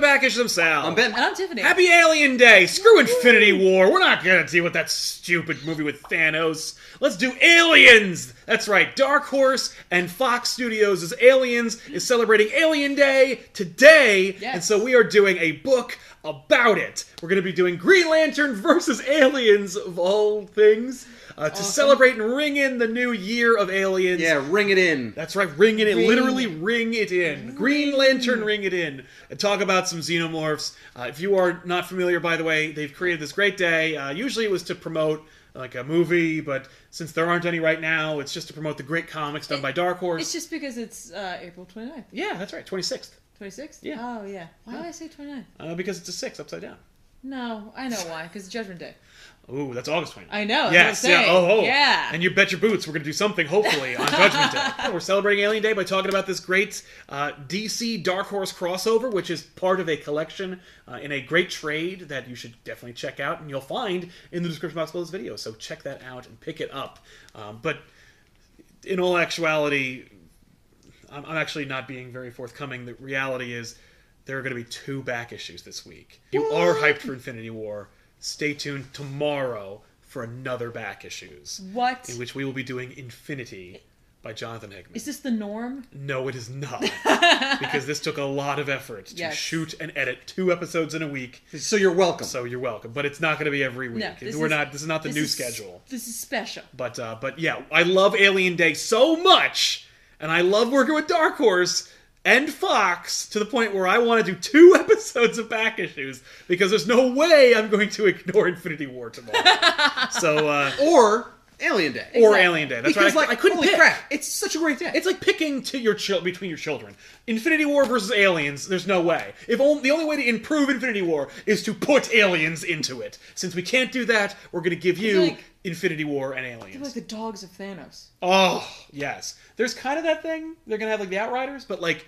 Blackish themselves. I'm Ben. And I'm Tiffany. Happy Alien Day. Screw Infinity War. We're not going to deal with that stupid movie with Thanos. Let's do Aliens. That's right. Dark Horse and Fox Studios' is Aliens is celebrating Alien Day today. Yes. And so we are doing a book about it. We're going to be doing Green Lantern versus Aliens, of all things, uh, to celebrate and ring in the new year of Aliens. Yeah, ring it in. That's right, ring it in. Ring. Literally ring it in. Green Lantern, ring it in. And talk about some xenomorphs. Uh, if you are not familiar, by the way, they've created this great day. Uh, usually it was to promote like a movie, but since there aren't any right now, it's just to promote the great comics done It- by Dark Horse. It's just because it's uh, April 29th. yeah, that's right, 26th. 26th? Yeah. Oh, yeah. Why do I say 29th? Uh, because it's a 6 upside down. No, I know why. Because Judgment Day. Ooh, that's August 29th. I know. Yes, That's what I'm yeah, saying. oh, oh. Yeah. And you bet your boots we're going to do something, hopefully, on Judgment Day. Yeah, we're celebrating Alien Day by talking about this great uh, DC Dark Horse crossover, which is part of a collection uh, in a great trade that you should definitely check out, and you'll find in the description box below this video. So check that out and pick it up. Um, but in all actuality, I'm, I'm actually not being very forthcoming. The reality is there are going to be two back issues this week. You are hyped for Infinity War. Stay tuned tomorrow for another back issues, What? in which we will be doing Infinity by Jonathan Hickman. Is this the norm? No, it is not. because this took a lot of effort to Yes. shoot and edit two episodes in a week. So you're welcome. So you're welcome, but it's not going to be every week. No, this We're is- not. This is not the this new is- schedule. This is special. But uh, but yeah, I love Alien Day so much, and I love working with Dark Horse and Fox to the point where I want to do two episodes of back issues because there's no way I'm going to ignore Infinity War tomorrow. so uh, or Alien Day. or Exactly. Alien Day. That's because right. I- like I couldn't holy pick. crap, it's such a great day. It's like picking to your chil- between your children. Infinity War versus Aliens. There's no way. If only, the only way to improve Infinity War is to put Aliens into it. Since we can't do that, we're going to give you like- Infinity War and They're like Aliens. the dogs of Thanos. Oh yes. There's kind of that thing. They're going to have like the Outriders, but like.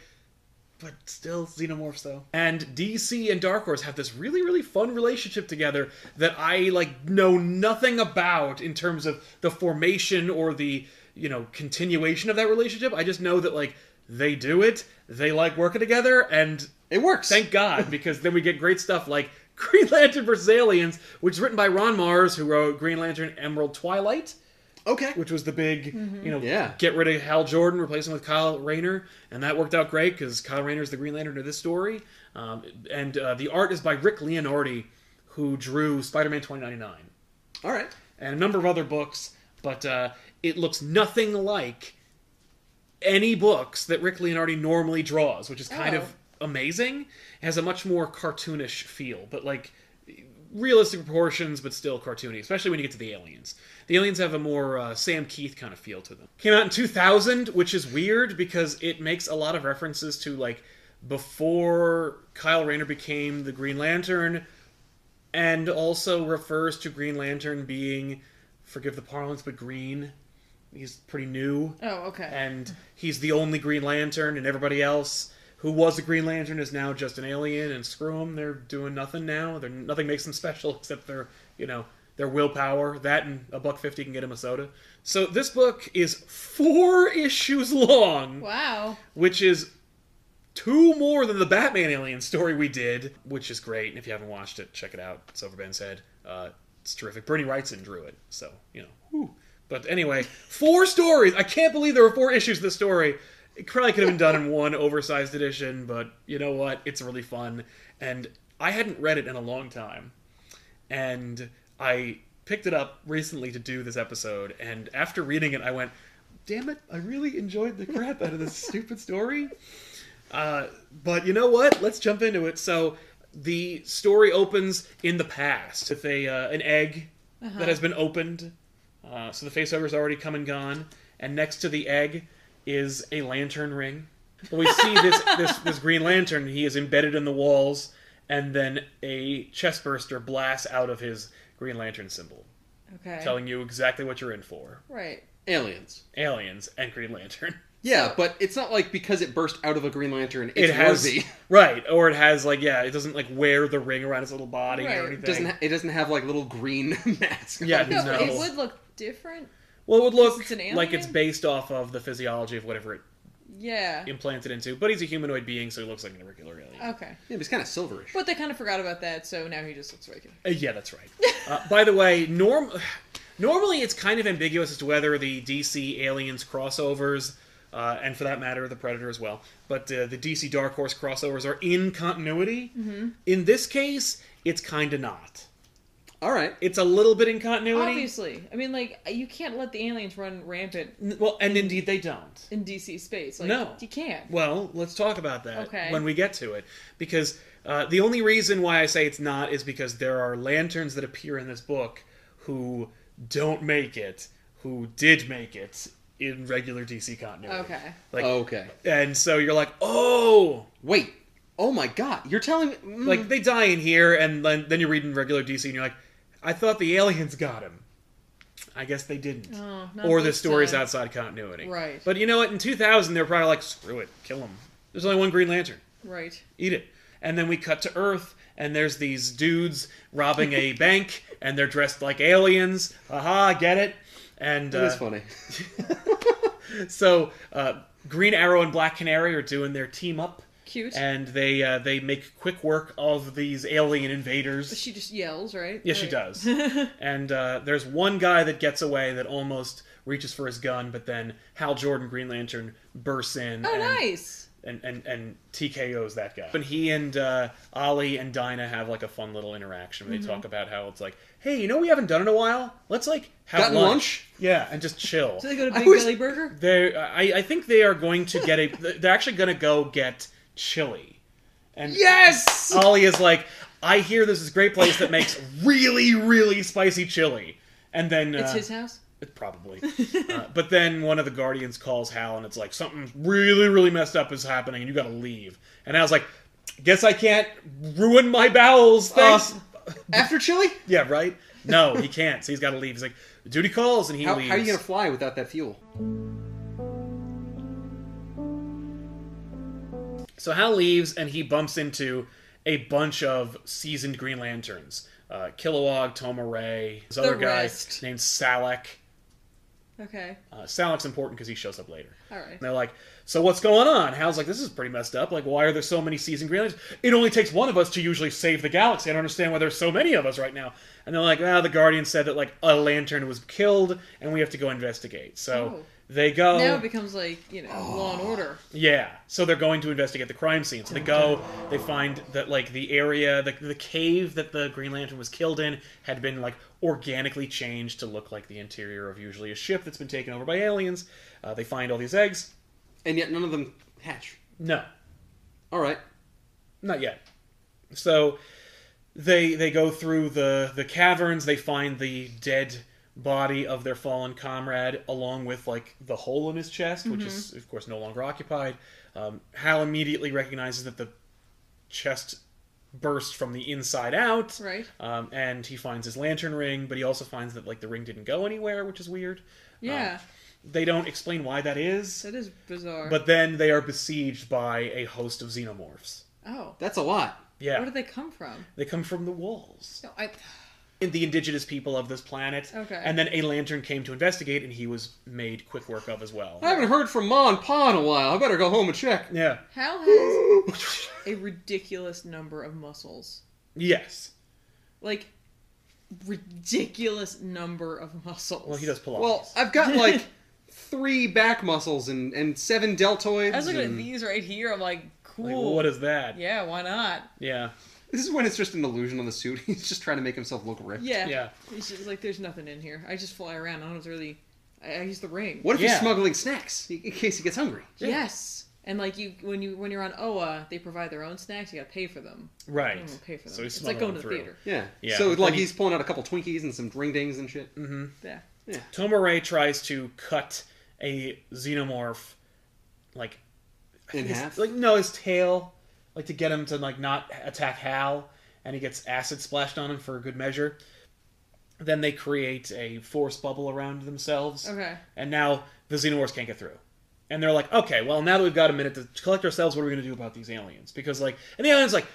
But still, xenomorphs though. And DC and Dark Horse have this really, really fun relationship together that I like know nothing about in terms of the formation or the you know continuation of that relationship. I just know that like they do it, they like working together, and it works. Thank God, because then we get great stuff like Green Lantern vs. Aliens, which is written by Ron Mars, who wrote Green Lantern Emerald Twilight, okay. which was the big, you know, Yeah. get rid of Hal Jordan, replace him with Kyle Rayner. And that worked out great because Kyle Rayner is the Green Lantern of this story. Um, and uh, the art is by Rick Leonardi, who drew Spider Man 2099 All right. and a number of other books, but uh, it looks nothing like any books that Rick Leonardi normally draws, which is kind of amazing. It has a much more cartoonish feel, but like realistic proportions, but still cartoony, especially when you get to the aliens. The aliens have a more uh, Sam Keith kind of feel to them. Came out in 2000, which is weird because it makes a lot of references to like before Kyle Rayner became the Green Lantern and also refers to Green Lantern being, forgive the parlance, but green. He's pretty new, Oh, okay. and he's the only Green Lantern, and everybody else who was a Green Lantern is now just an alien. And screw them, they're doing nothing now. They're nothing makes them special except their, you know, their willpower. That and a buck fifty can get him a soda. So this book is four issues long wow. which is two more than the Batman Alien story we did, which is great. And if you haven't watched it, check it out. Silver Ben said uh, it's terrific. Bernie Wrightson drew it, so you know. whew. But anyway, four stories. I can't believe there were four issues of this story. It probably could have been done in one oversized edition, but you know what? It's really fun, and I hadn't read it in a long time and I picked it up recently to do this episode. And after reading it, I went, "Damn it! I really enjoyed the crap out of this stupid story." Uh, but you know what? Let's jump into it. So the story opens in the past with a uh, an egg that has been opened. Uh, so the faceover's already come and gone, and next to the egg is a lantern ring. But we see this this this Green Lantern. He is embedded in the walls, and then a chestburster blasts out of his Green Lantern symbol, Okay. telling you exactly what you're in for: Right. Aliens. aliens and Green Lantern. Yeah, but it's not like because it burst out of a Green Lantern, it's it has worthy. right, or it has like yeah, it doesn't like wear the ring around its little body Right. or anything. It doesn't ha- it doesn't have like little green mask. on Yeah, it. No, No. it would look different. well, it would look it's an like it's alien? based off of the physiology of whatever it Yeah. implanted into, but he's a humanoid being, so he looks like an irregular alien. Okay. Yeah, but he's kind of silverish. But they kind of forgot about that, so now he just looks regular. Uh, yeah, that's right. Uh, by the way, norm normally it's kind of ambiguous as to whether the DC Aliens crossovers, uh, and for that matter, the Predator as well, but uh, the DC Dark Horse crossovers are in continuity. In this case, it's kind of not. All right. It's a little bit in continuity. Obviously, I mean, like you can't let the aliens run rampant N- Well, and indeed they don't. in DC space. Like, No. you can't. Well, let's talk about that Okay. when we get to it, because uh, the only reason why I say it's not is because there are lanterns that appear in this book who don't make it, who did make it in regular DC continuity. Okay. Like, okay. and so you're like, oh, Wait. Oh my God. You're telling me. Hmm. mm, like they die in here, and then then you're reading regular DC, and you're like, I thought the aliens got him. I guess they didn't. Oh, not or the this story's time. outside continuity. Right. But you know what? In 2000, they're probably like, screw it, kill him. There's only one Green Lantern. Right. eat it. And then we cut to Earth, and there's these dudes robbing a bank, and they're dressed like aliens. Aha, get it? And That is uh, funny. so uh, Green Arrow and Black Canary are doing their team up, Cute. and they uh, they make quick work of these alien invaders. she just yells, right? Yes, she Right. does. and uh, there's one guy that gets away that almost reaches for his gun, but then Hal Jordan, Green Lantern, bursts in. Oh, and, nice. and and and TKO's that guy. But he and uh, Ollie and Dinah have like a fun little interaction. Mm-hmm. They talk about how it's like, hey, you know, what we haven't done in a while. Let's like have Gotten lunch? yeah, and just chill. So they go to I Big was- Belly Burger. They, I, I think they are going to get a. They're actually going to go get chili. And Yes. Ollie is like, I hear this is a great place that makes really, really spicy chili. And then It's uh, his house. it- Probably. uh, but then one of the Guardians calls Hal and it's like, something really, really messed up is happening and you gotta leave. And Hal's like, guess I can't ruin my bowels. Uh, Thanks. After chili? yeah, right? No, he can't. So he's gotta leave. He's like, duty calls and he How, leaves. how are you gonna fly without that fuel? So Hal leaves and he bumps into a bunch of seasoned Green Lanterns. Uh, Kilowog, Toma Ray, this other guy rest. named Salak. Okay. Uh, Salak's important because he shows up later. All right. And they're like, so what's going on? Hal's like, this is pretty messed up. Like, why are there so many seasoned Green Lanterns? It only takes one of us to usually save the galaxy. I don't understand why there's so many of us right now. And they're like, ah, the Guardian said that, like, a Lantern was killed, and we have to go investigate. So Oh. they go. Now it becomes like you know Law and Order. Yeah. So they're going to investigate the crime scene. So they go, they find that like the area, the, the cave that the Green Lantern was killed in had been like organically changed to look like the interior of usually a ship that's been taken over by aliens. Uh, they find all these eggs. And yet none of them hatch. No, All right. not yet. So they they go through the the caverns. They find the dead body of their fallen comrade, along with like the hole in his chest, which is of course no longer occupied. Um, Hal immediately recognizes that the chest burst from the inside out. Right. Um, and he finds his lantern ring, but he also finds that like the ring didn't go anywhere, which is weird. Yeah, They don't explain why that is, that is bizarre. but then they are besieged by a host of xenomorphs. oh, That's a lot. Yeah, where did they come from? they come from the walls. No, I. in the indigenous people of this planet. Okay. And then a lantern came to investigate, and he was made quick work of as well. I haven't heard from Ma and Pa in a while. I better go home and check. Yeah. Hal has a ridiculous number of muscles. Yes. Like, ridiculous number of muscles. Well, he does pull off. Well, I've got like three back muscles and, and seven deltoids. I was looking at and- these right here. I'm like, cool. like, what is that? oh. yeah, why not? Yeah. This is when it's just an illusion on the suit. He's just trying to make himself look ripped. Yeah. Yeah. It's just like, there's nothing in here. I just fly around. I don't really. I, I use the ring. What if Yeah. he's smuggling snacks in in case he gets hungry? Yeah. Yes. And like you, when you when you're on OA, they provide their own snacks. You gotta pay for them. I Right. don't wanna pay for them. So he's it's like going to the through. theater. Yeah. Yeah. Mm. So Then like he- he's pulling out a couple Twinkies and some ring dings and shit. Yeah. Tomoray tries to cut a xenomorph, like In his- half. Like no, his tail, like to get him to like not attack Hal, and he gets acid splashed on him for good measure. Then they create a force bubble around themselves. Okay. And now the Xenomorphs can't get through. And they're like, okay, well, now that we've got a minute to collect ourselves, what are we going to do about these aliens? Because, like, and the alien's like,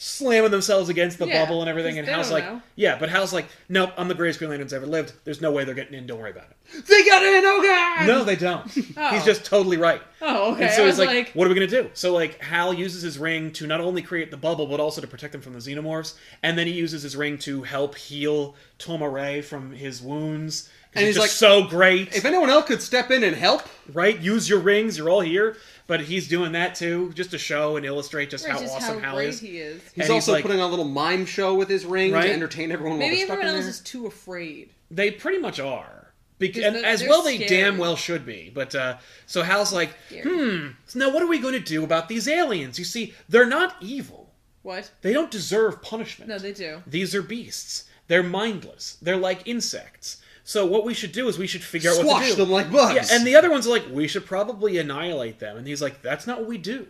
slamming themselves against the Yeah, bubble and everything. 'cause And they Hal's don't like, know. yeah, but Hal's like, nope, I'm the greatest Green Lantern's ever lived. There's no way they're getting in. Don't worry about it. They got in! Oh god! No, they don't. Oh. He's just totally right. Oh, okay. And so I he's was like, like, what are we going to do? So, like, Hal uses his ring to not only create the bubble, but also to protect them from the xenomorphs. And then he uses his ring to help heal Toma Ray from his wounds. And And he's, he's just so great. If anyone else could step in and help, right? Use your rings. You're all here. But he's doing that, too, just to show and illustrate just Right, how just awesome how Hal great is. he is. he's And he's also like- putting on a little mime show with his ring Right? to entertain everyone while Maybe they're stuck everyone in else there. is too afraid. They pretty much are. Because, Because and they're- as they're well, they scary. damn well should be. But uh, so Hal's like, Scary. hmm, so now what are we going to do about these aliens? You see, they're not evil. What? They don't deserve punishment. No, they do. These are beasts. They're mindless. They're like insects. So what we should do is we should figure out what to Squash do. them like bugs. yeah, and the other one's like, we should probably annihilate them. And he's like, that's not what we do.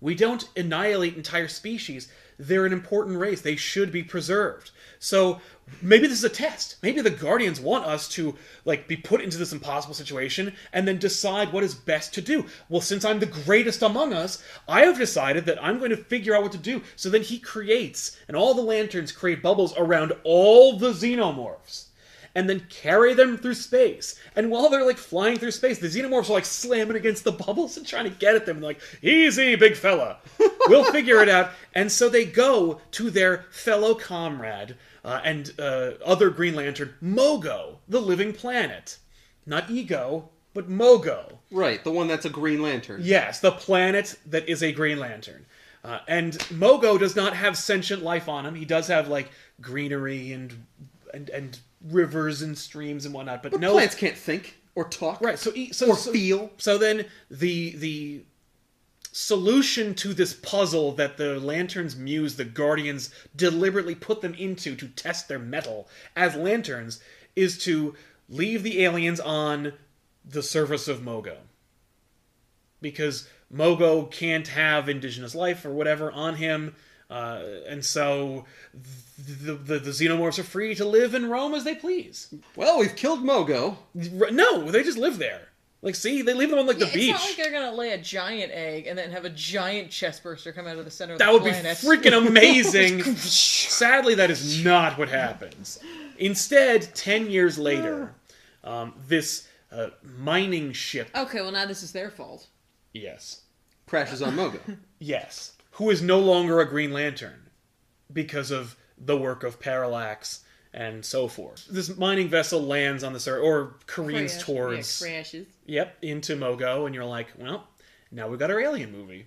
We don't annihilate entire species. They're an important race. They should be preserved. So maybe this is a test. Maybe the Guardians want us to like be put into this impossible situation and then decide what is best to do. Well, since I'm the greatest among us, I have decided that I'm going to figure out what to do. So then he creates, and all the lanterns create bubbles around all the xenomorphs and then carry them through space. And while they're like flying through space, the xenomorphs are like slamming against the bubbles and trying to get at them. And like, easy, big fella. We'll figure it out. And so they go to their fellow comrade uh, and uh, other Green Lantern, Mogo, the living planet. Not Ego, but Mogo. right, the one that's a Green Lantern. Yes, the planet that is a Green Lantern. Uh, and Mogo does not have sentient life on him. He does have like greenery and and, and rivers and streams and whatnot, but, no Plants can't think or talk right. So e- so, or so feel. so then the the solution to this puzzle that the lanterns muse the guardians deliberately put them into to test their metal as lanterns is to leave the aliens on the surface of mogo because mogo can't have indigenous life or whatever on him uh, and so the, the, the xenomorphs are free to live and roam as they please Well, we've killed Mogo. no they just live there like see they leave them on like Yeah, the it's beach not like they're gonna lay a giant egg and then have a giant chest burster come out of the center of That the would be planet. freaking amazing. Sadly, that is not what happens. Instead, 10 years later, um, this uh, mining ship. Okay, well now this is their fault. Yes. Crashes on Mogo. Yes. Who is no longer a Green Lantern because of the work of Parallax and so forth. This mining vessel lands on the surface, or careens Crash- towards. yeah, crashes. Yep, into Mogo, and you're like, well, now we've got our alien movie.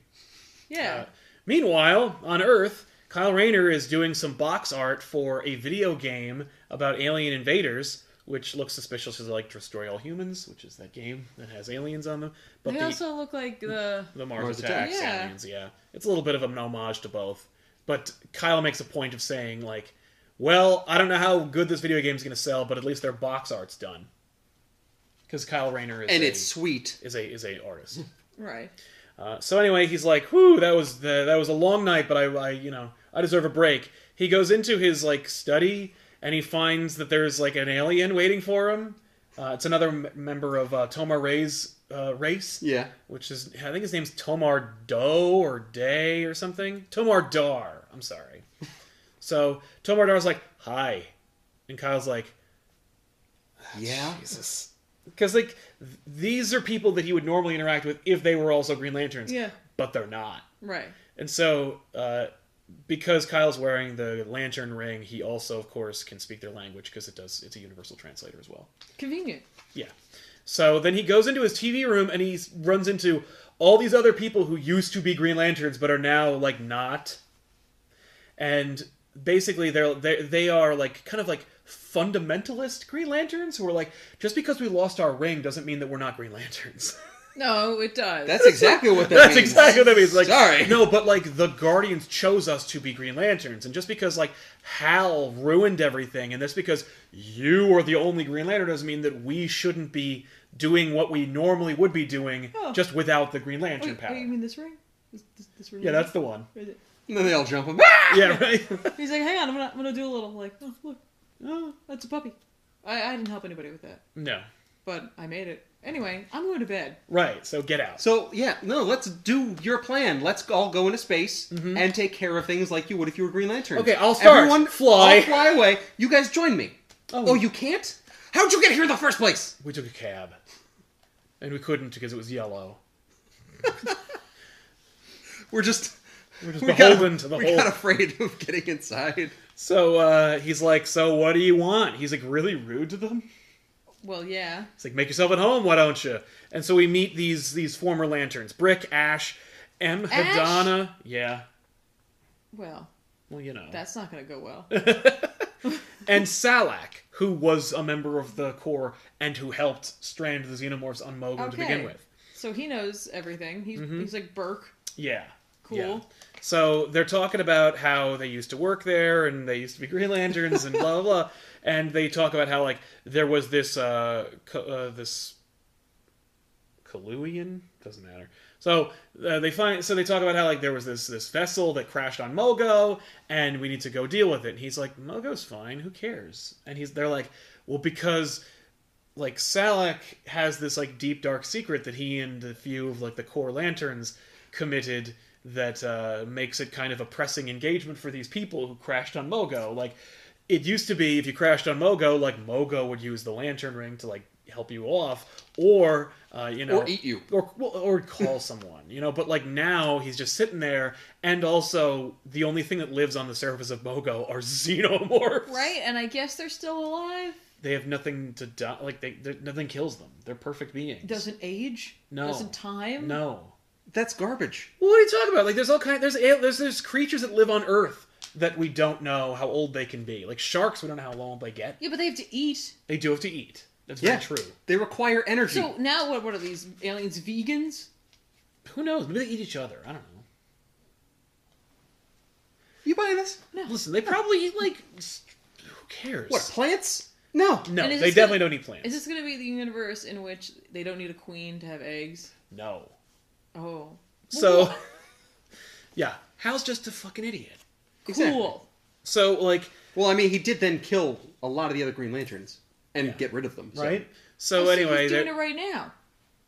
Yeah. Uh, meanwhile, on Earth, Kyle Rayner is doing some box art for a video game about alien invaders, which looks suspicious as like Destroy All Humans, which is that game that has aliens on them. But they the, also look like the the Mars, Mars attacks, Attacks. Yeah. aliens, yeah. It's a little bit of an homage to both. But Kyle makes a point of saying, like, well, I don't know how good this video game's going to sell, but at least their box art's done. Because Kyle Rayner is and a, it's sweet. is a is a artist. right. Uh, so anyway, he's like, "Whew, that was the, that was a long night, but I, I, you know, I deserve a break." He goes into his like study and he finds that there's like an alien waiting for him. Uh, it's another m- member of uh, Tomar Ray's uh, race, Yeah. which is I think his name's Tomar Doe or Day or something. Tomar Dar. I'm sorry. so Tomar Dar's like, "Hi," and Kyle's like, Yeah. "Jesus." Because like th- these are people that he would normally interact with if they were also Green Lanterns. Yeah. But they're not. Right. And so, uh, because Kyle's wearing the lantern ring, he also, of course, can speak their language because it does. It's a universal translator as well. Convenient. Yeah. So then he goes into his TV room and he s- runs into all these other people who used to be Green Lanterns but are now like not. And basically, they're, they they are like kind of like fundamentalist Green Lanterns who are like just because we lost our ring doesn't mean that we're not Green Lanterns. No, it does. That's exactly what that That's means. exactly what that means. Like, Sorry. no, but like the Guardians chose us to be Green Lanterns, and just because like Hal ruined everything, and that's because you are the only Green Lantern doesn't mean that we shouldn't be doing what we normally would be doing, Oh. just without the Green Lantern Wait, power. wait, you mean this ring? This, this, this ring yeah, that's the one. Right there. And then they all jump him. Ah! Yeah, right. He's like, hang on, I'm gonna, I'm gonna do a little. Like, oh, look, Oh, that's a puppy. I, I didn't help anybody with that, no, but I made it. Anyway, I'm going to bed. Right. So get out. So yeah, no, let's do your plan. Let's all go into space and take care of things like you would if you were Green Lantern. Mm-hmm. Okay, I'll start. Everyone Fly. I'll fly away. You guys join me. Oh. Oh. you can't? How'd you get here in the first place? We took a cab, and we couldn't because it was yellow. We're just We're just we beholden got, to the we whole. got afraid of getting inside. So uh, he's like, "So what do you want?" He's like really rude to them. Well, yeah. He's like, "Make yourself at home, why don't you?" And so we meet these these former lanterns: Brick, Ash, M. Ash? Hadana. Yeah. Well, Well, you know. that's not going to go well. and Salak, who was a member of the Corps and who helped strand the xenomorphs on Mogan to begin Okay. with. Mm-hmm. so he knows everything. He's, he's like Burke. Yeah. Cool. Yeah. So they're talking about how they used to work there and they used to be Green Lanterns and blah blah blah. And they talk about how like there was this uh, co- uh this Kaluian doesn't matter. So uh, they find so they talk about how like there was this this vessel that crashed on Mogo and we need to go deal with it. And he's like Mogo's fine, who cares? And he's they're like well because like Salak has this like deep dark secret that he and a few of like the core lanterns committed that uh, makes it kind of a pressing engagement for these people who crashed on Mogo. Like it used to be, if you crashed on Mogo, like Mogo would use the lantern ring to like help you off, or uh, you know, Or eat you. or well, or call someone, you know. But like now, he's just sitting there, and also the only thing that lives on the surface of Mogo are xenomorphs. Right? And I guess they're still alive. They have nothing to die. Like they, they, nothing kills them. They're perfect beings. Doesn't age. No. Doesn't time. no. That's garbage. Well, what are you talking about? Like, there's all kind. There's al- there's there's creatures that live on Earth that we don't know how old they can be. Like sharks, we don't know how long they get. Yeah, but they have to eat. They do have to eat. That's Yeah, very true. They require energy. So now what, what are these aliens? Vegans? Who knows? Maybe they eat each other. I don't know. you buying this? No. Listen, they probably eat like. s- Who cares? What plants? No. No, And is they this gonna- definitely don't eat plants. Is this going to be the universe in which they don't need a queen to have eggs? No. Oh. So. yeah, Hal's just a fucking idiot. Exactly. Cool. So like, Well, I mean, he did then kill a lot of the other Green Lanterns and get rid of them. so- right? So, Oh, He's- anyway, he's they're- doing it right now.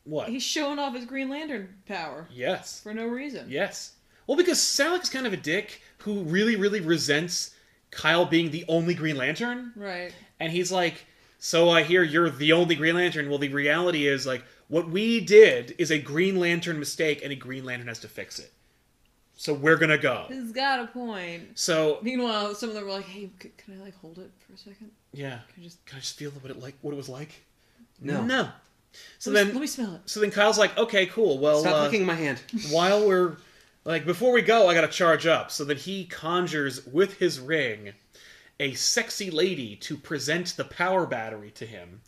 what? He's showing off his Green Lantern power Yes. for no reason. Yes. Well, because Salak is kind of a dick who really, really resents Kyle being the only Green Lantern. Right. And he's like, So I hear you're the only Green Lantern. Well, the reality is, like, what we did is a Green Lantern mistake, and a Green Lantern has to fix it. So we're going to go. He's got a point. So, Meanwhile, some of them were like, "Hey, c- can I like hold it for a second? yeah. Can I just Can I just feel what it like? What it was like? No. No. So let me, then, let me smell it." so then Kyle's like, okay, cool. Well, Stop uh, licking my hand. while we're like before we go i gotta charge up so that he conjures with his ring a sexy lady to present the power battery to him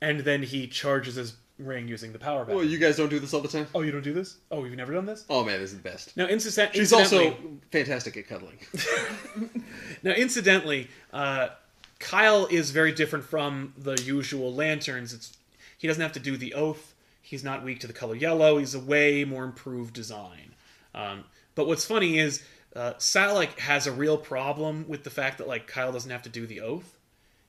and then he charges his ring using the power battery Well, you guys don't do this all the time. oh you don't do this oh you've never done this Oh man, this is the best. now, incident- She's incidentally, also fantastic at cuddling. now incidentally uh, kyle is very different from the usual lanterns it's he doesn't have to do the oath he's not weak to the color yellow he's a way more improved design um, but what's funny is uh, salak has a real problem with the fact that like kyle doesn't have to do the oath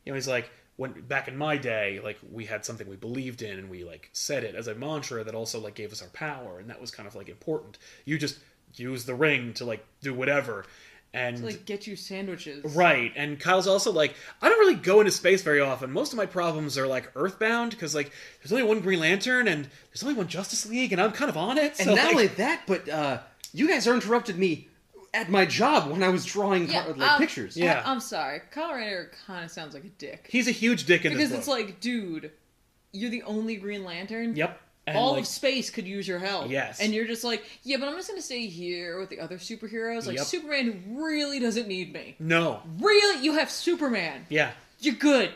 you know he's like when back in my day like we had something we believed in and we like said it as a mantra that also like gave us our power and that was kind of like important you just use the ring to like do whatever and To, like get you sandwiches. Right, and Kyle's also like, I don't really go into space very often. Most of my problems are like Earthbound because like there's only one Green Lantern and there's only one Justice League, and I'm kind of on it. So and not like, only that, but uh, you guys interrupted me at my job when I was drawing Yeah, car- like um, pictures. Yeah. I, am sorry. Kyle Rayner kind of sounds like a dick he's a huge dick in because this it's book. like, dude, you're the only Green Lantern. yep, and All like, of space could use your help. Yes. And you're just like, yeah, but I'm just gonna stay here with the other superheroes. Like Yep. Superman who really doesn't need me. no, Really, you have Superman. yeah, You're good.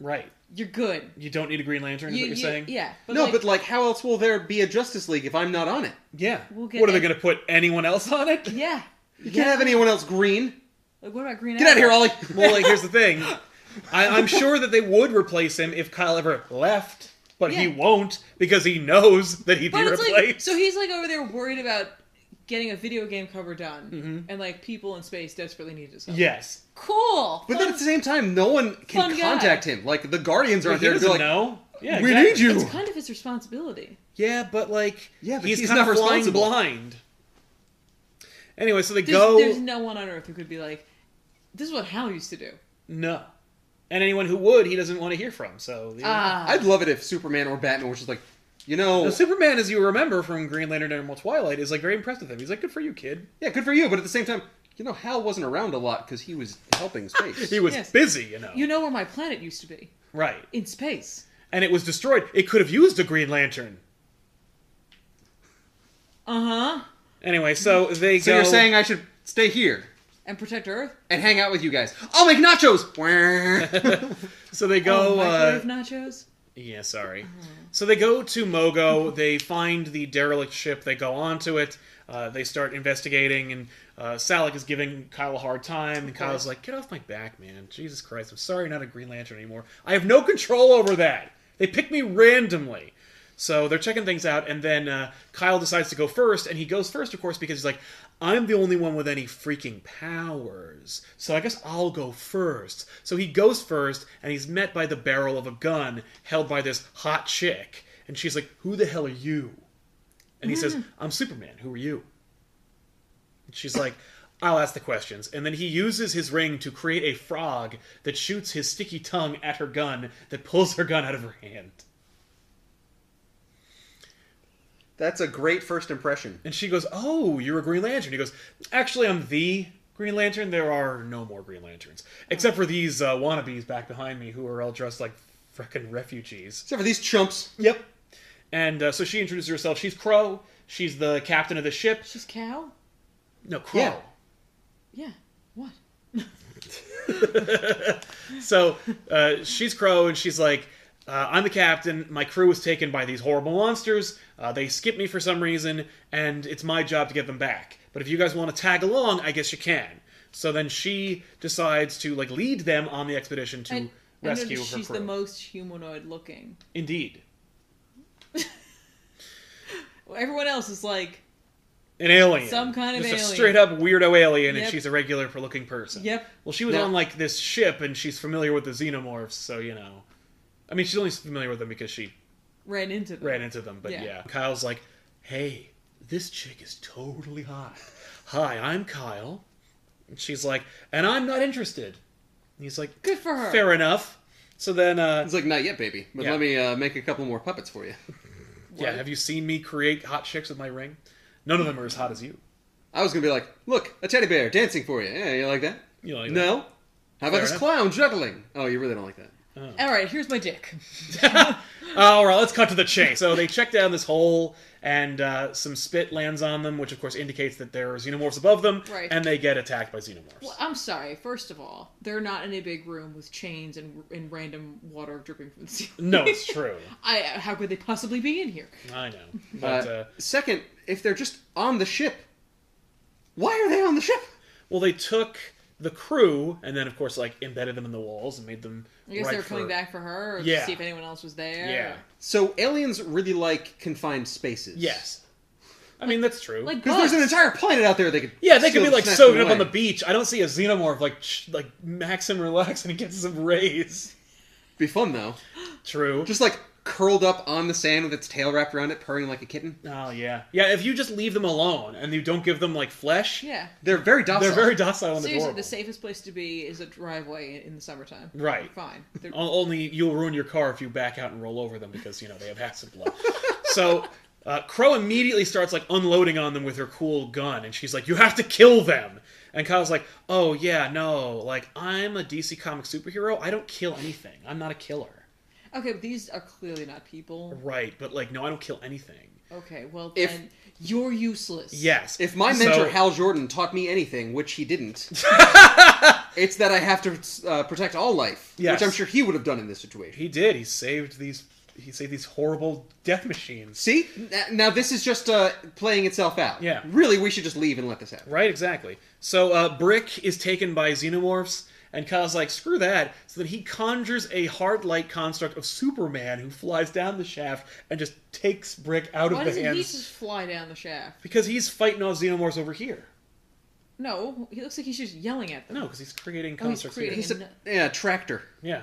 right. You're good. You don't need a Green Lantern, is You- what you're you- saying? Yeah. no, like- but like, how else will there be a Justice League if I'm not on it? yeah. We'll get what are they it. going to put anyone else on it? yeah. You can't have anyone else green. Like, what about Green Get out of here, Arrow? Ollie. well, like here's the thing, I, I'm sure that they would replace him if Kyle ever left, but he Yeah. won't because he knows that he'd But be it's replaced. like, so he's like over there worried about getting a video game cover done, Mm-hmm. and like people in space desperately need this. help. yes, Cool. But Fun- then at the same time, no one can Fun guy. contact him. Like the Guardians But aren't he there to be doesn't like, know. Yeah, we exactly. need you. It's kind of his responsibility. Yeah, but like, Yeah, but he's, he's kind not of flying responsible. blind. Anyway, so they There's, go. there's no one on earth who could be like, this is what Hal used to do. No, and anyone who would, he doesn't want to hear from. So the- Ah, I'd love it if Superman or Batman was just like, you know, Now, Superman, as you remember from Green Lantern and Animal Twilight, is like very impressed with him. He's like, "Good for you, kid." yeah, good for you, but at the same time, you know, Hal wasn't around a lot because he was helping space. He was Yes. busy, you know. you know where my planet used to be? right, In space. and it was destroyed. It could have used a Green Lantern. Uh huh. Anyway, so Mm-hmm. they so go. you're saying I should stay here And protect Earth. and hang out with you guys? I'll make nachos. so they go. oh, uh, microwave nachos. Yeah, sorry. So they go to Mogo. They find the derelict ship. They go onto it. Uh, they start investigating, and uh, Salak is giving Kyle a hard time. And Kyle's like, "Get off my back, man! Jesus Christ! I'm sorry, I'm not a Green Lantern anymore. I have no control over that. They pick me randomly." So they're checking things out, and then uh, Kyle decides to go first, and he goes first, of course, because he's like, "I'm the only one with any freaking powers, so I guess I'll go first. So he goes first, and he's met by the barrel of a gun held by this hot chick, and she's like, "Who the hell are you?" And he says, "I'm Superman. Who are you?" And she's like, "I'll ask the questions." And then he uses his ring to create a frog that shoots his sticky tongue at her gun, that pulls her gun out of her hand. That's a great first impression. And she goes, "Oh, you're a Green Lantern." He goes, "Actually, I'm the Green Lantern. There are no more Green Lanterns except for these uh, wannabes back behind me who are all dressed like frickin' refugees." Except for these chumps. Yep. And uh, so she introduces herself. She's Crow. She's the captain of the ship. She's cow? No, Crow. Yeah. Yeah. What? So uh, she's Crow, and she's like, uh, I'm the captain. My crew was taken by these horrible monsters. Uh, they skipped me for some reason, and it's my job to get them back. But if you guys want to tag along, I guess you can. So then she decides to like lead them on the expedition to And, and rescue her she's crew. the most humanoid looking. Indeed, Everyone else is like, an alien, Some kind of just alien. a straight up weirdo alien, and Yep. she's a regular for looking person. yep. Well, she was Now- on like this ship, and she's familiar with the xenomorphs, so you know. I mean, she's only familiar with them because she Ran into them. ran into them, but yeah. Yeah. Kyle's like, hey, this chick is totally hot. Hi, I'm Kyle. And she's like, and I'm not interested. And he's like, Good for her. fair enough. So then, uh, It's like, not yet, baby. But Yeah. let me uh, make a couple more puppets for you. yeah, have you seen me create hot chicks with my ring? None of them are as hot as you. I was gonna be like, look, a teddy bear dancing for you. Yeah, you like that? You know, like no. How about Fair this enough. clown juggling? Oh, you really don't like that. All right, here's my dick. All right, let's cut to the chase. So they check down this hole, and uh, some spit lands on them, which of course indicates that there are xenomorphs above them, Right. and they get attacked by xenomorphs. Well, I'm sorry. First of all, they're not in a big room with chains and, and random water dripping from the ceiling. No, it's true. I, how could they possibly be in here? I know. But, Uh, uh, second, if they're just on the ship, why are they on the ship? Well, they took the crew and then, of course, like embedded them in the walls and made them. I guess right they were coming for- back for her or Yeah. to see if anyone else was there. Yeah. So aliens really like confined spaces. Yes. I mean, that's true. Like Because there's an bugs. entire planet out there they could. yeah, they could steal be and like snatch soaking up away. on the beach. I don't see a xenomorph like sh- like max and relax and get some rays. Be fun though. True. Just like curled up on the sand with its tail wrapped around it, purring like a kitten. oh yeah, yeah. If you just leave them alone and you don't give them like flesh, Yeah. They're very docile. they're very docile and Seriously, adorable. the safest place to be is a driveway in- in the summertime. Right. Fine. They're- O- Only you'll ruin your car if you back out and roll over them because you know they have acid blood. so uh, Crow immediately starts like unloading on them with her cool gun, and she's like, "You have to kill them." And Kyle's like, "Oh yeah, no, like I'm a DC comic superhero. I don't kill anything. I'm not a killer, Okay, but these are clearly not people. right? But like, no, I don't kill anything. Okay, well If- then you're useless. Yes. If my mentor So- Hal Jordan taught me anything, which he didn't, it's that I have to uh, protect all life, Yes. which I'm sure he would have done in this situation. he did, he saved these. He saved these horrible death machines. See, N- now this is just uh, playing itself out. Yeah. Really, we should just leave and let this happen. Right, exactly. So uh, Brick is taken by xenomorphs, and Kyle's like, screw that. So then he conjures a hard light construct of Superman who flies down the shaft and just takes Brick out Why of the doesn't he hands. just fly down the shaft? Because he's fighting off xenomorphs over here. No, he looks like he's just yelling at them. No, because he's creating Oh, he's constructs creating- He's a yeah, tractor. here. Yeah.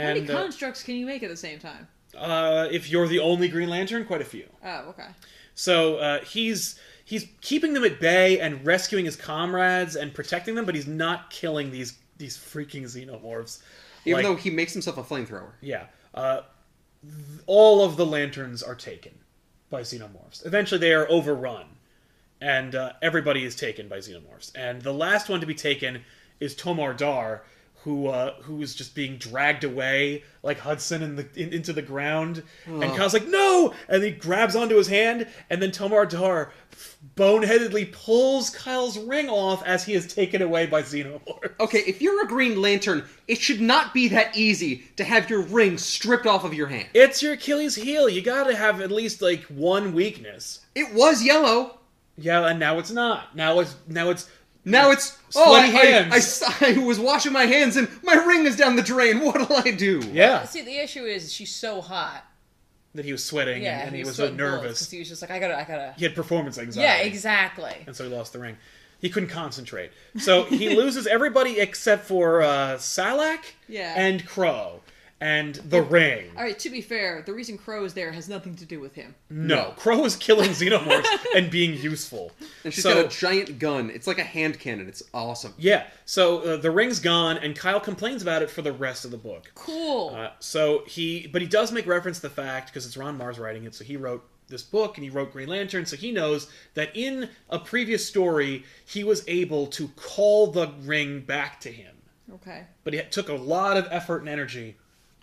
How many And uh, constructs can you make at the same time? Uh, if you're the only Green Lantern, quite a few. Oh, okay. So uh, he's he's keeping them at bay and rescuing his comrades and protecting them, but he's not killing these these freaking xenomorphs. Even Like- though he makes himself a flamethrower. yeah, uh, th- all of the lanterns are taken by xenomorphs. Eventually, they are overrun, and uh, everybody is taken by xenomorphs. And the last one to be taken is Tomar Dar, who uh, who is just being dragged away like Hudson in the in, into the ground. And Kyle's like, "No!" And he grabs onto his hand, and then Tomar Dar f- boneheadedly pulls Kyle's ring off as he is taken away by xenomorphs. Okay, if you're a Green Lantern, it should not be that easy to have your ring stripped off of your hand. It's your Achilles heel. You gotta have at least like one weakness. It was yellow. Yeah, and now it's not. Now it's now it's Now it's oh, Sweaty I, I- hands. I s- I was washing my hands and my ring is down the drain. What'll I do? yeah See, the issue is she's so hot. that he was sweating Yeah, and, and he was so sweating bullets 'cause nervous. He was just like, I gotta, I gotta. He had performance anxiety. Yeah, exactly. And so he lost the ring. He couldn't concentrate. So he loses everybody except for uh, Salak Yeah. and Crow and the ring. All right. To be fair, the reason Crow is there has nothing to do with him. No, Crow is killing xenomorphs and being useful. And she's so, got a giant gun. It's like a hand cannon. It's awesome. yeah, so uh, the ring's gone, and Kyle complains about it for the rest of the book. Cool. Uh, so he, but he does make reference to the fact because it's Ron Mars writing it. So he wrote this book and he wrote Green Lantern. So he knows that in a previous story he was able to call the ring back to him, okay. but it took a lot of effort and energy,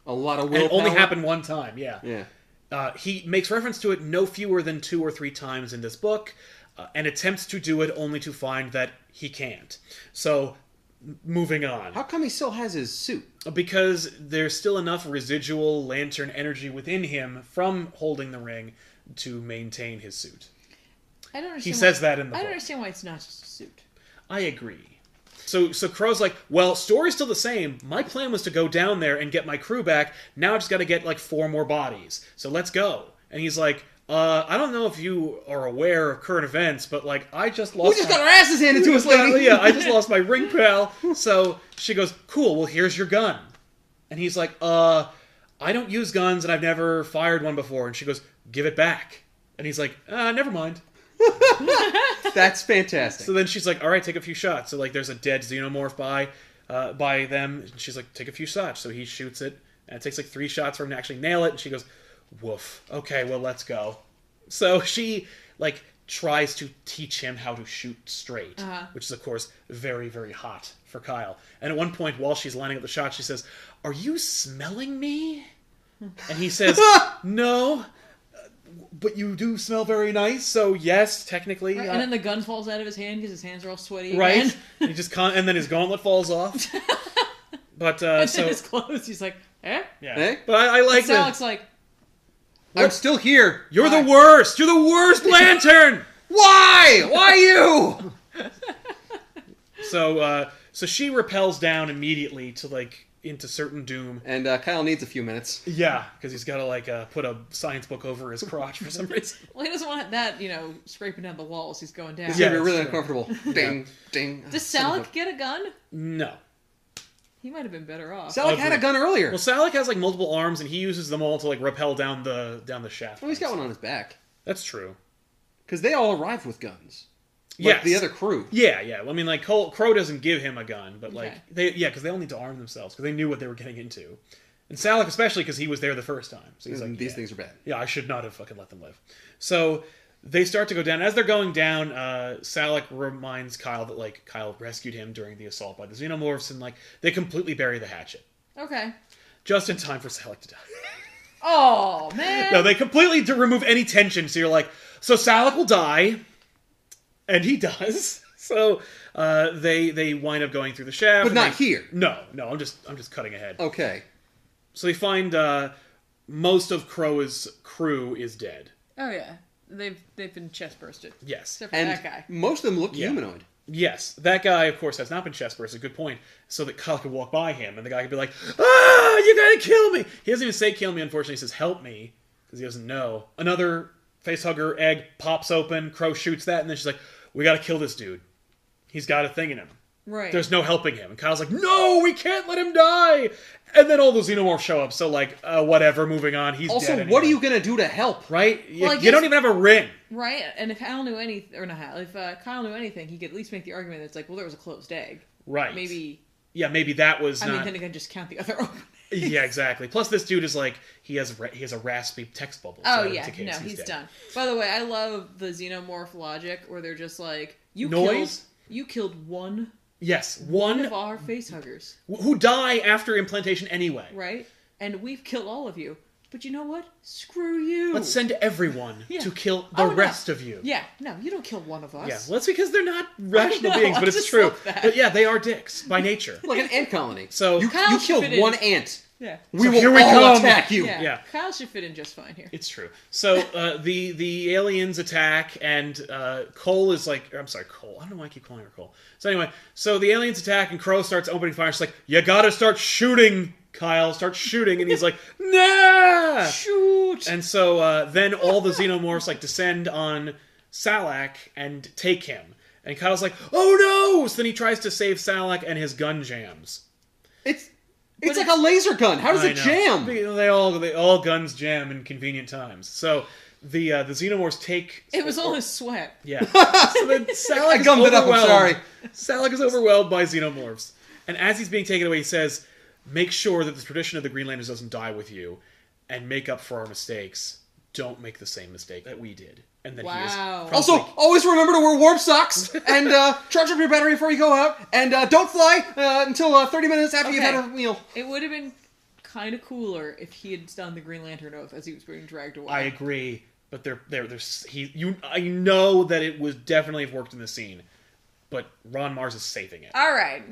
A lot of and willpower. it only happened one time. Yeah. Yeah. Uh, he makes reference to it no fewer than two or three times in this book, uh, and attempts to do it only to find that he can't. So. m- Moving on How come he still has his suit? because there's still enough residual lantern energy within him from holding the ring to maintain his suit. I don't understand. He why- says that in the I don't book. understand why it's not just a suit. I agree. So so Crow's like, well, story's still the same. My plan was to go down there and get my crew back. Now I just got to get like four more bodies. So let's go. And he's like, uh, I don't know if you are aware of current events, but like I just lost. We just my- got our asses handed to us, Yeah, lady. yeah, I just lost my ring, pal. So she goes, cool, well, here's your gun. And he's like, uh, I don't use guns and I've never fired one before. And she goes, give it back. And he's like, uh, never mind. That's fantastic. So then she's like, all right, take a few shots. So, like, there's a dead xenomorph by, uh, by them. And she's like, take a few shots. So he shoots it. And it takes like three shots for him to actually nail it. And she goes, woof. Okay, well, let's go. So she, like, tries to teach him how to shoot straight, Uh-huh. which is, of course, very, very hot for Kyle. And at one point, while she's lining up the shot, she says, Are you smelling me? And he says, No, uh, but you do smell very nice. So, yes, technically. uh, and then the gun falls out of his hand because his hands are all sweaty. right? Again. he just con- and then his gauntlet falls off. But uh, and then so his clothes. He's like, eh. yeah. Eh? But I, I like So that. Alex like, I'm still here. You're Why? the worst. You're the worst lantern. Why? Why you? so uh, so she repels down immediately to like into certain doom. And uh, Kyle needs a few minutes. Yeah, because he's got to like uh, put a science book over his crotch for some reason. well, he doesn't want that. You know, scraping down the walls. He's going down. It's Yeah, gonna be really that's true. uncomfortable. Ding, ding. Does Son of Salik get a gun? No. He might have been better off. a- Salik had a gun earlier. Well, Salak has like multiple arms, and he uses them all to like rappel down the down the shaft. Well, Oh, he's got one on his back. That's true. Because they all arrived with guns. Like Yes. the other crew. Yeah, yeah. I mean, like Cole, Crow doesn't give him a gun, but like Okay. they, yeah, because they all need to arm themselves because they knew what they were getting into, and Salak especially because he was there the first time. So he's like, And Mm, these yeah, things are bad. Yeah, I should not have fucking let them live. So they start to go down. As they're going down, uh, Salak reminds Kyle that like Kyle rescued him during the assault by the xenomorphs, and like they completely bury the hatchet Okay. just in time for Salak to die. Oh man. no, they completely to remove any tension. So you're like, so Salak will die, and he does. So uh, they they wind up going through the shaft, But and not they- here. No, no, I'm just I'm just cutting ahead. Okay. So they find uh, most of Crow's crew is dead. oh yeah. They've they've been chest bursted. Yes, Except for And that guy. most of them look Yeah. humanoid. yes, that guy of course has not been chest burst. A good point. So that Kyle could walk by him, and the guy could be like, "Ah, you gotta kill me." He doesn't even say "kill me." Unfortunately, he says "help me" because he doesn't know. Another facehugger egg pops open. Crow shoots that, and then she's like, "We gotta kill this dude. He's got a thing in him." Right. There's no helping him. And Kyle's like, no, we can't let him die. And then all the xenomorphs show up. So like, uh, whatever. Moving on. He's Also, dead what are anyway. you gonna do to help? Right? You, Well, I you don't guess- even have a ring. right. And if Hal knew anything, or not Hal, if uh, Kyle knew anything, he could at least make the argument that it's like, well, there was a closed egg. Right. Maybe. Yeah, maybe that was I not. mean, then again, just count the other open. yeah, exactly. Plus, this dude is like he has ra- he has a raspy text bubble. so Oh in yeah, that case, no, he's, dead. done. By the way, I love the xenomorph logic where they're just like, you Noise? killed, you killed one Yes, of one our face huggers, who die after implantation anyway. right? And we've killed all of you. But you know what? Screw you. Let's send everyone Yeah. to kill the Oh, no. rest of you. Yeah, no, you don't kill one of us. Yeah, well, that's because they're not rational I know, beings, but I it's just true. love that. But yeah, they are dicks by nature. Like an ant colony. So- you, Kyle you should killed fit in. one ant. yeah. We So will here we all come. attack you. yeah. yeah. Kyle should fit in just fine here. It's true. So uh, the the aliens attack, and uh, Cole is like, I'm sorry, Cole. I don't know why I keep calling her Cole. So anyway, so the aliens attack, and Crow starts opening fire. She's like, "You gotta start shooting, Kyle. Start shooting," and he's like, "Nah." Shoot. And so uh, then all the xenomorphs like descend on Salak and take him. And Kyle's like, "Oh no!" So then he tries to save Salak, and his gun jams. It's it's like it's- a laser gun. How does I it know. jam? They, they all they all guns jam in convenient times. So the uh, the xenomorphs take it was all his sweat. yeah. so then Salak I is gummed it up, I'm overwhelmed. sorry. Salak is overwhelmed by xenomorphs, and as he's being taken away, he says, "Make sure that the tradition of the Greenlanders doesn't die with you, and make up for our mistakes. Don't make the same mistake that we did." And then he is Wow. promptly- Also, always remember to wear warm socks and uh, charge up your battery before you go out, and uh, don't fly uh, until uh, 30 minutes after you've Okay. had a meal. It would have been kind of cooler if he had done the Green Lantern oath as he was being dragged away. I agree, but they're they're, they're s- he you I know that it would definitely have worked in the scene, but Ron Mars is saving it All right.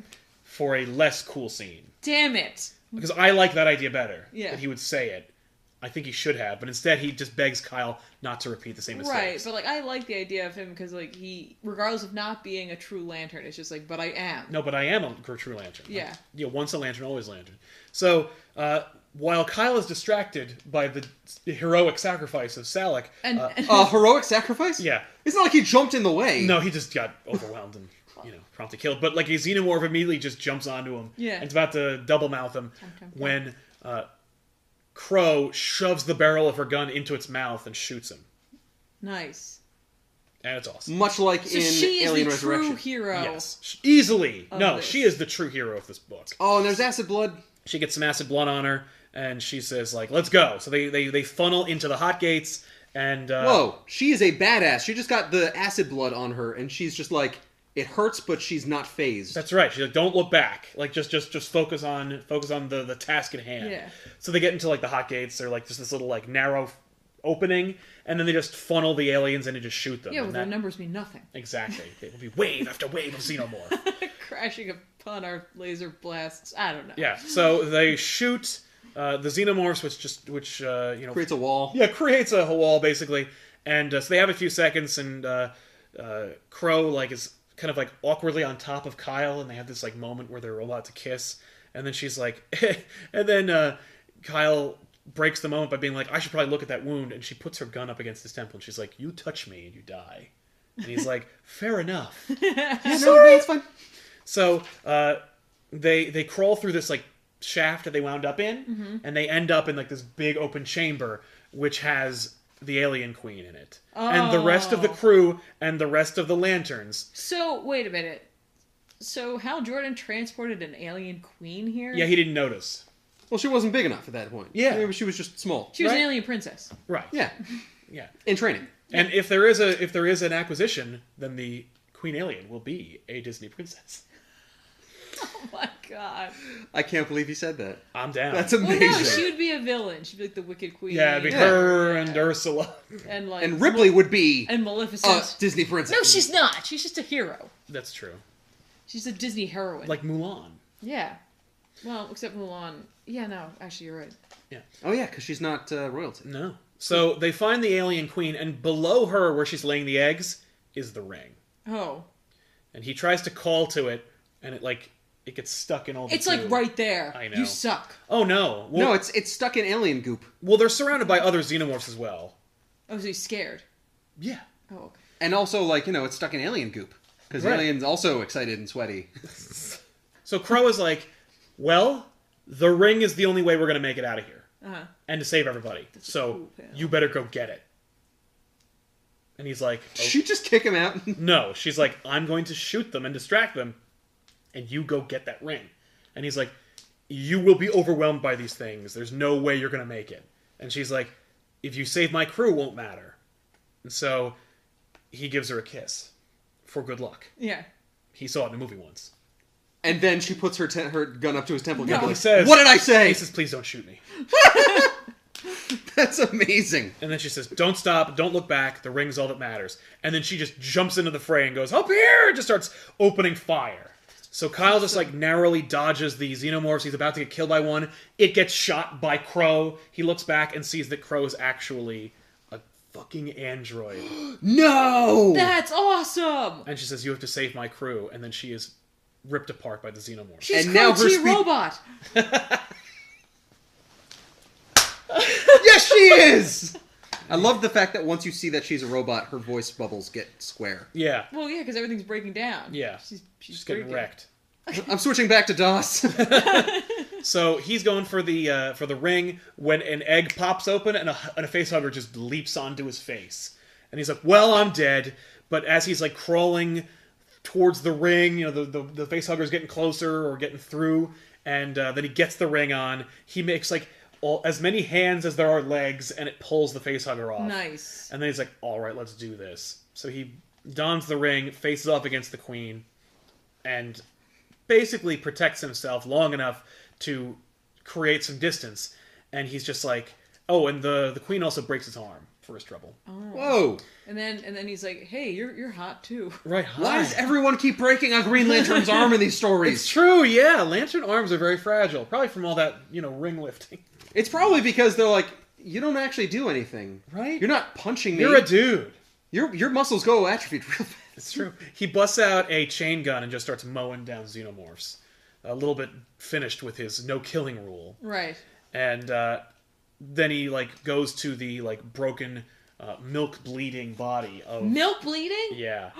for a less cool scene. Damn it. Because I like that idea better. Yeah. That he would say it. I think he should have, but instead he just begs Kyle not to repeat the same Right, mistakes. but like I like the idea of him because like he, regardless of not being a true lantern, it's just like, but I am. No, but I am a gr- true lantern. Yeah. you know, once a lantern, always a lantern. So uh, while Kyle is distracted by the heroic sacrifice of Salak, And, uh, and- Uh, heroic sacrifice? yeah, It's not like he jumped in the way. No, he just got overwhelmed and you know promptly killed. But like a xenomorph immediately just jumps onto him. Yeah. and it's about to double mouth him tum, tum. when uh, Crow shoves the barrel of her gun into its mouth and shoots him, nice. and it's awesome. Much like So in she is Alien the Resurrection. true hero. Yes, Sh- easily. Of no, this. she is the true hero of this book. Oh, and there's acid blood. She gets some acid blood on her, and she says like, "Let's go." So they they, they funnel into the hot gates, and uh, Whoa, Oh, she is a badass. She just got the acid blood on her, and she's just like, it hurts, but she's not phased. That's right. She's like, don't look back. Like, just, just, just focus on, focus on the the task at hand. Yeah. So they get into like the hot gates. They're like just this little like narrow f- opening, and then they just funnel the aliens in and just shoot them. Yeah, well, and their that- numbers mean nothing. exactly. It will be wave after wave of xenomorph. Crashing upon our laser blasts. I don't know. yeah. So they shoot uh, the xenomorphs, which just, which uh, you know, Creates a wall. yeah, creates a wall basically. And uh, so they have a few seconds, and uh, uh, Crow like is kind of like awkwardly on top of Kyle, and they have this like moment where they're about to kiss, and then she's like, and then uh, Kyle breaks the moment by being like, "I should probably look at that wound," and she puts her gun up against his temple, and she's like, "You touch me, and you die." And he's like, "Fair enough." Yeah, no, no, it's fine. So uh, they they crawl through this like shaft that they wound up in, Mm-hmm. and they end up in like this big open chamber which has the alien queen in it, and the rest of the Oh. crew and the rest of the lanterns. So wait a minute. So Hal Jordan transported an alien queen here? Yeah, he didn't notice. Well, she wasn't big enough at that point. Yeah. Maybe she was just small. she was right? an alien princess. Right. Yeah, Yeah. in training. And if there is a if there is an acquisition, then the queen alien will be a Disney princess. Oh my god. I can't believe he said that. I'm down. That's Well, amazing. no, she would be a villain. She'd be like the Wicked Queen. yeah, it'd be Yeah. her and Ursula. and like and Ripley would be and a Maleficent. Disney princess. no, she's not. She's just a hero. That's true. She's a Disney heroine. Like Mulan. yeah. Well, except Mulan. Yeah, no, actually, you're right. Oh yeah, because she's not uh, royalty. No. So they find the alien queen, and below her, where she's laying the eggs, is the ring. Oh, And he tries to call to it, and it like it gets stuck in all. The it's like goo. right there. I know. You suck. Oh no! Well, no, it's it's stuck in alien goop, well, they're surrounded by other xenomorphs as well. Oh, so he's scared. Yeah. Oh, okay. and also like you know it's stuck in alien goop. Because Right. the alien's also excited and sweaty. Oh. So Crow is like, well, the ring is the only way we're going to make it out of here Uh-huh. and to save everybody. So cool panel. you better go get it. And he's like, Did she just kick him out? No, she's like, I'm going to shoot them and distract them, and you go get that ring. And he's like, You will be overwhelmed by these things. There's no way you're going to make it. And she's like, If you save my crew, it won't matter. And so he gives her a kiss for good luck. Yeah. He saw it in a movie once. and then she puts her te- her gun up to his temple. No. No. He Like, says- what did I say? He says, Please don't shoot me. That's amazing. And then she says, Don't stop, don't look back, the ring's all that matters. And then she just jumps into the fray and goes, Up here! and just starts opening fire. So Kyle just like narrowly dodges the xenomorphs. He's about to get killed by one. It gets shot by Crow. He looks back and sees that Crow is actually a fucking android. No. That's awesome. And she says, You have to save my crew. And then she is ripped apart by the xenomorphs. She's And and now her speed- robot. yes, she is. I love the fact that once you see that she's a robot, her voice bubbles get square. Yeah. Well, yeah, because everything's breaking down. Yeah. She's she's Just getting freaking. wrecked. I'm switching back to DOS. So he's going for the uh, for the ring when an egg pops open and a, and a facehugger just leaps onto his face, and he's like, "Well, I'm dead." But as he's like crawling towards the ring, you know, the the, the facehugger's getting closer or getting through, and uh, then he gets the ring on. He makes like all, as many hands as there are legs, and it pulls the facehugger off. Nice. And then he's like, "All right, let's do this." So he dons the ring, faces off against the queen, and basically protects himself long enough to create some distance. And he's just like, "Oh, and the the queen also breaks his arm for his trouble." Whoa! And then and then he's like, "Hey, you're you're hot too." Right? Hi. Why does everyone keep breaking on Green Lantern's arm in these It's stories? true. Yeah, lantern arms are very fragile, probably from all that you know ring lifting. It's probably because they're like, you don't actually do anything, Right? You're not punching me. You're a dude. your your muscles go atrophied real fast. It's true. He busts out a chain gun and just starts mowing down xenomorphs. A little bit finished with his no killing rule. Right. and uh, then he like goes to the like broken uh, milk bleeding body of Milk bleeding? yeah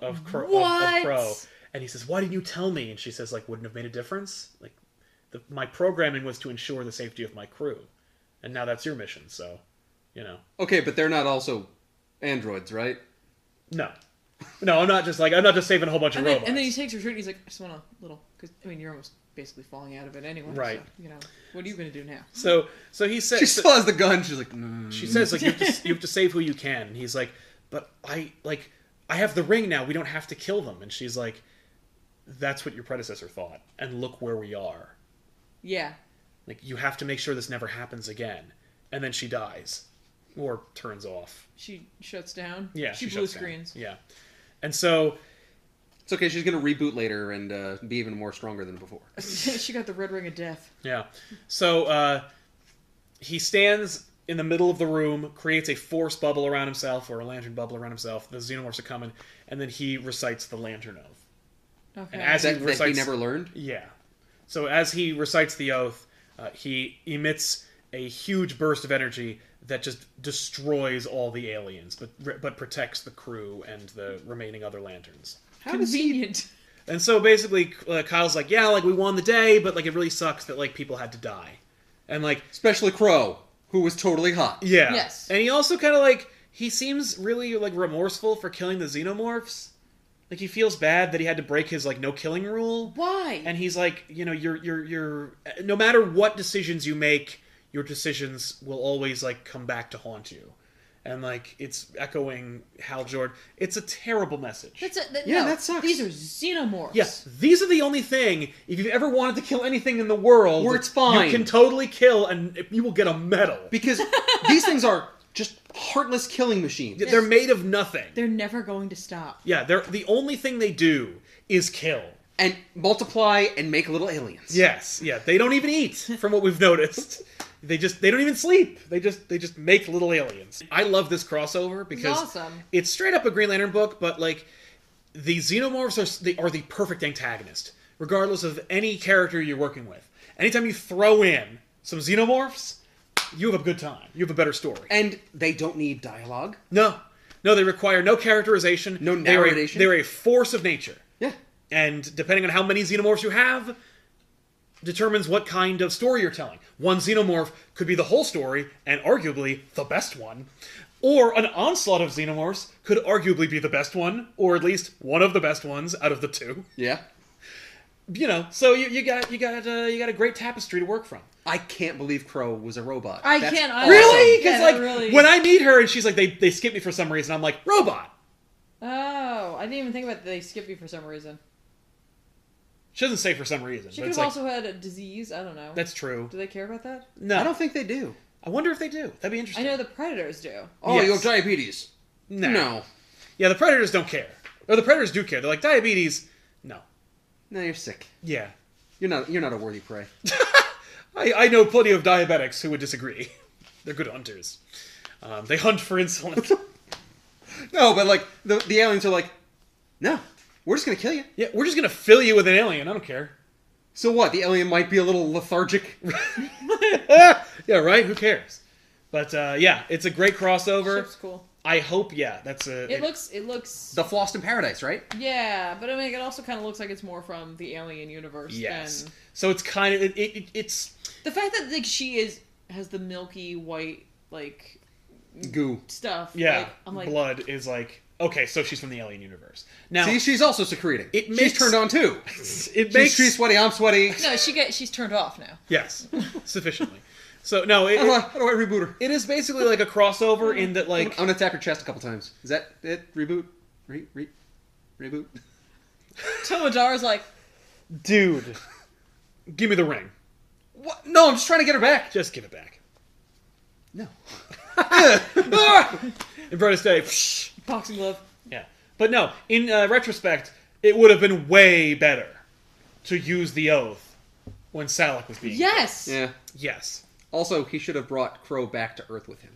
of, Cro- of- of, What? crow and he says why didn't you tell me and she says like wouldn't have made a difference like the, my programming was to ensure the safety of my crew and now that's your mission so you know Okay, but they're not also androids, right? no no i'm not just like i'm not just saving a whole bunch of And then, robots and then he takes her shirt and he's like, I just want a little, because, I mean, you're almost basically falling out of it anyway. Right. So, you know, what are you going to do now? so so he says She still has the gun. She's like, mm. She says like you have, to, you have to save who you can. And he's like, but I like I have the ring now. We don't have to kill them. And she's like, that's what your predecessor thought. And look where we are. Yeah. Like you have to make sure this never happens again. And then she dies, or turns off. She shuts down. Yeah, She, blue shuts down. screens. Yeah, and so it's okay. She's gonna reboot later and uh, be even more stronger than before. she got the red ring of death. Yeah. So uh, he stands in the middle of the room, creates a force bubble around himself or a lantern bubble around himself. The xenomorphs are coming, and then he recites the lantern oath. Okay. And as- That, that he recites- never learned. Yeah. So as he recites the oath, uh, he emits a huge burst of energy that just destroys all the aliens, but but protects the crew and the remaining other lanterns. How does he? Convenient. And so basically, uh, Kyle's like, "Yeah, like we won the day, but like it really sucks that like people had to die," and like, Especially Crow, who was totally hot. yeah, Yes. And he also kind of like he seems really like remorseful for killing the xenomorphs. Like he feels bad that he had to break his like no killing rule. Why? and he's like you know you're you're you're no matter what decisions you make your decisions will always like come back to haunt you and like it's echoing hal jordan it's a terrible message that's a, that, Yeah, no, that sucks. These are xenomorphs. yes these are the only thing if you've ever wanted to kill anything in the world Where it's fine. you can totally kill and you will get a medal Because these things are just heartless killing machines. they're made of nothing They're never going to stop. yeah they're the only thing they do is kill And multiply and make little aliens. yes yeah they don't even eat from what we've noticed they just they don't even sleep they just they just make little aliens i love this crossover It's because awesome. it's straight up a Green Lantern book, but like the xenomorphs are they are the perfect antagonist, regardless of any character you're working with. Anytime you throw in some xenomorphs, you have a good time. You have a better story. And they don't need dialogue. No, No, they require no characterization. No They are a- narration. They're a force of nature. Yeah. And depending on how many xenomorphs you have, determines what kind of story you're telling. One xenomorph could be the whole story, and arguably the best one. Or an onslaught of xenomorphs could arguably be the best one, or at least one of the best ones out of the two. Yeah. You know, so you, you got you got uh, you got a great tapestry to work from. I can't believe Crow was a robot. I That's can't awesome. either. Really? Yeah, Because that like really- when I meet her and she's like they they skip me for some reason, I'm like robot. Oh, I didn't even think about that they skip you for some reason. She doesn't say for some reason, She but could have it's like also had a disease. I don't know. that's true. Do they care about that? No, I I, don't think they do. wonder if they do. That'd be interesting. I know the predators do. Oh, Yes. you have diabetes. no. No. Yeah, the predators don't care, or the predators do care. They're like diabetes. No. No, you're sick. Yeah, You're not. You're not a worthy prey. I, I know plenty of diabetics who would disagree. They're good hunters. Um, they hunt for insulin. no, but like the the aliens are like, no, we're just gonna kill you. yeah, we're just gonna fill you with an alien. I don't care. So what? The alien might be a little lethargic. yeah, right. Who cares? But uh, yeah, it's a great crossover. Ship's cool. I hope. Yeah, that's a. It looks. It looks. the Flossed in Paradise, right? yeah, but I mean, it also kind of looks like it's more from the alien universe. yes. Than... So it's kind of it, it, it's The fact that like she is has the milky white like Goo. stuff. yeah. like, I'm like blood is like okay. So she's from the alien universe now. See, she's also secreting. It she's makes- turned on too. it She's, makes she's sweaty. I'm sweaty. No, she get she's turned off now. yes sufficiently. So no, it, How do I, it, how do I reboot her? it is basically like a crossover in that Uh-huh. I'm like gonna tap your chest a couple times. Is that it? Reboot. Re, re, reboot. Tomodara's like, dude, give me the ring. What? No, I'm just trying to get her back. Just give it back. No. Ah! In brightest day. psh. boxing glove. Yeah, but no. In uh, retrospect, it would have been way better to use the oath when Salak was being. Yes. Yeah. Yes. Also, he should have brought Crow back to Earth with him.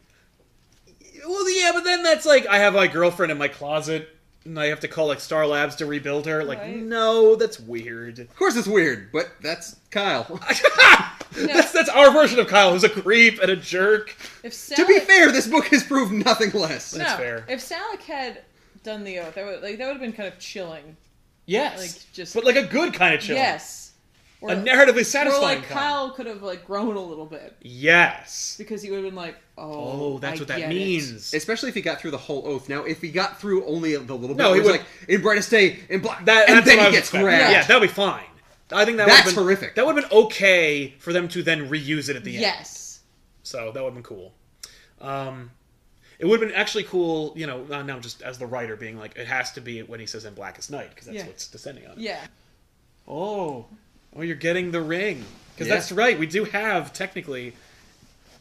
Well, yeah, but then that's like I have my girlfriend in my closet, and I have to call like Star Labs to rebuild her. Like, Right. no, that's weird. Of course, it's weird, but that's Kyle. That's that's our version of Kyle, who's a creep and a jerk. If Sally, to be fair, this book has proved nothing less. no, That's fair. If Salik had done the oath, that would like that would have been kind of chilling. Yes, Like, just- but like a good kind of chill. Yes. Or, a narratively or satisfying. like kind. Kyle could have like grown a little bit Yes. because he would have been like, oh, Oh, that's I what that get it. means. Especially if he got through the whole oath. Now, if he got through only the little bit, No, no, he he was would- like in brightest day and black, That, and that's then what I he was gets expecting. grabbed. Yeah, that'd be fine. I think that That's would've been, horrific. That would have been okay for them to then reuse it at the end. Yes. So that would have been cool. Um, it would have been actually cool, you know, uh, now just as the writer being like, it has to be when he says in Blackest Night, because that's Yeah. what's descending on. it. Yeah. Oh, oh, you're getting the ring. Because Yeah. that's right, we do have technically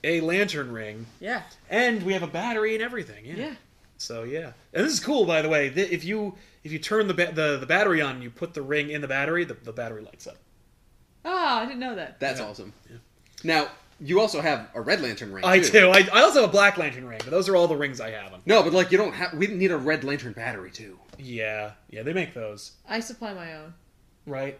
a lantern ring, Yeah. and we have a battery and everything. Yeah. Yeah. So yeah, and this is cool, by the way. Th- If you if you turn the ba- the, the battery on, and you put the ring in the battery, the, the battery lights up. Ah, I didn't know that. That's awesome. Now, you also have a red lantern ring. I too. do. I, I also have a black lantern ring, but those are all the rings I have. On. No, but like you don't have. We need a red lantern battery too. Yeah, yeah, they make those, I supply my own. right?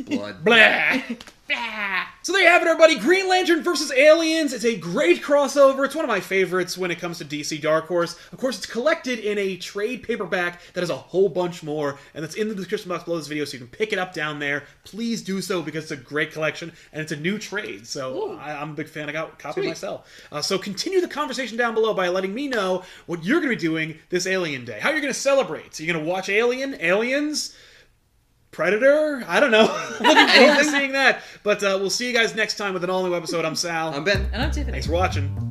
Blood. Blah. Blah. So there you have it, everybody. Green Lantern versus Aliens. It's a great crossover. It's one of my favorites when it comes to DC Dark Horse. Of course, it's collected in a trade paperback that has a whole bunch more, and that's in the description box below this video, so you can pick it up down there. Please do so because it's a great collection and it's a new trade. So Ooh. I, I'm a big fan. I got a copy Sweet. myself. Uh, so continue the conversation down below by letting me know what you're going to be doing this Alien Day. How you're going to celebrate. So you're going to watch Alien, Aliens. Predator? I don't know. Looking forward to seeing that. But uh, we'll see you guys next time with an all new episode. I'm Sal. I'm Ben. And I'm Tiffany. Thanks for watching.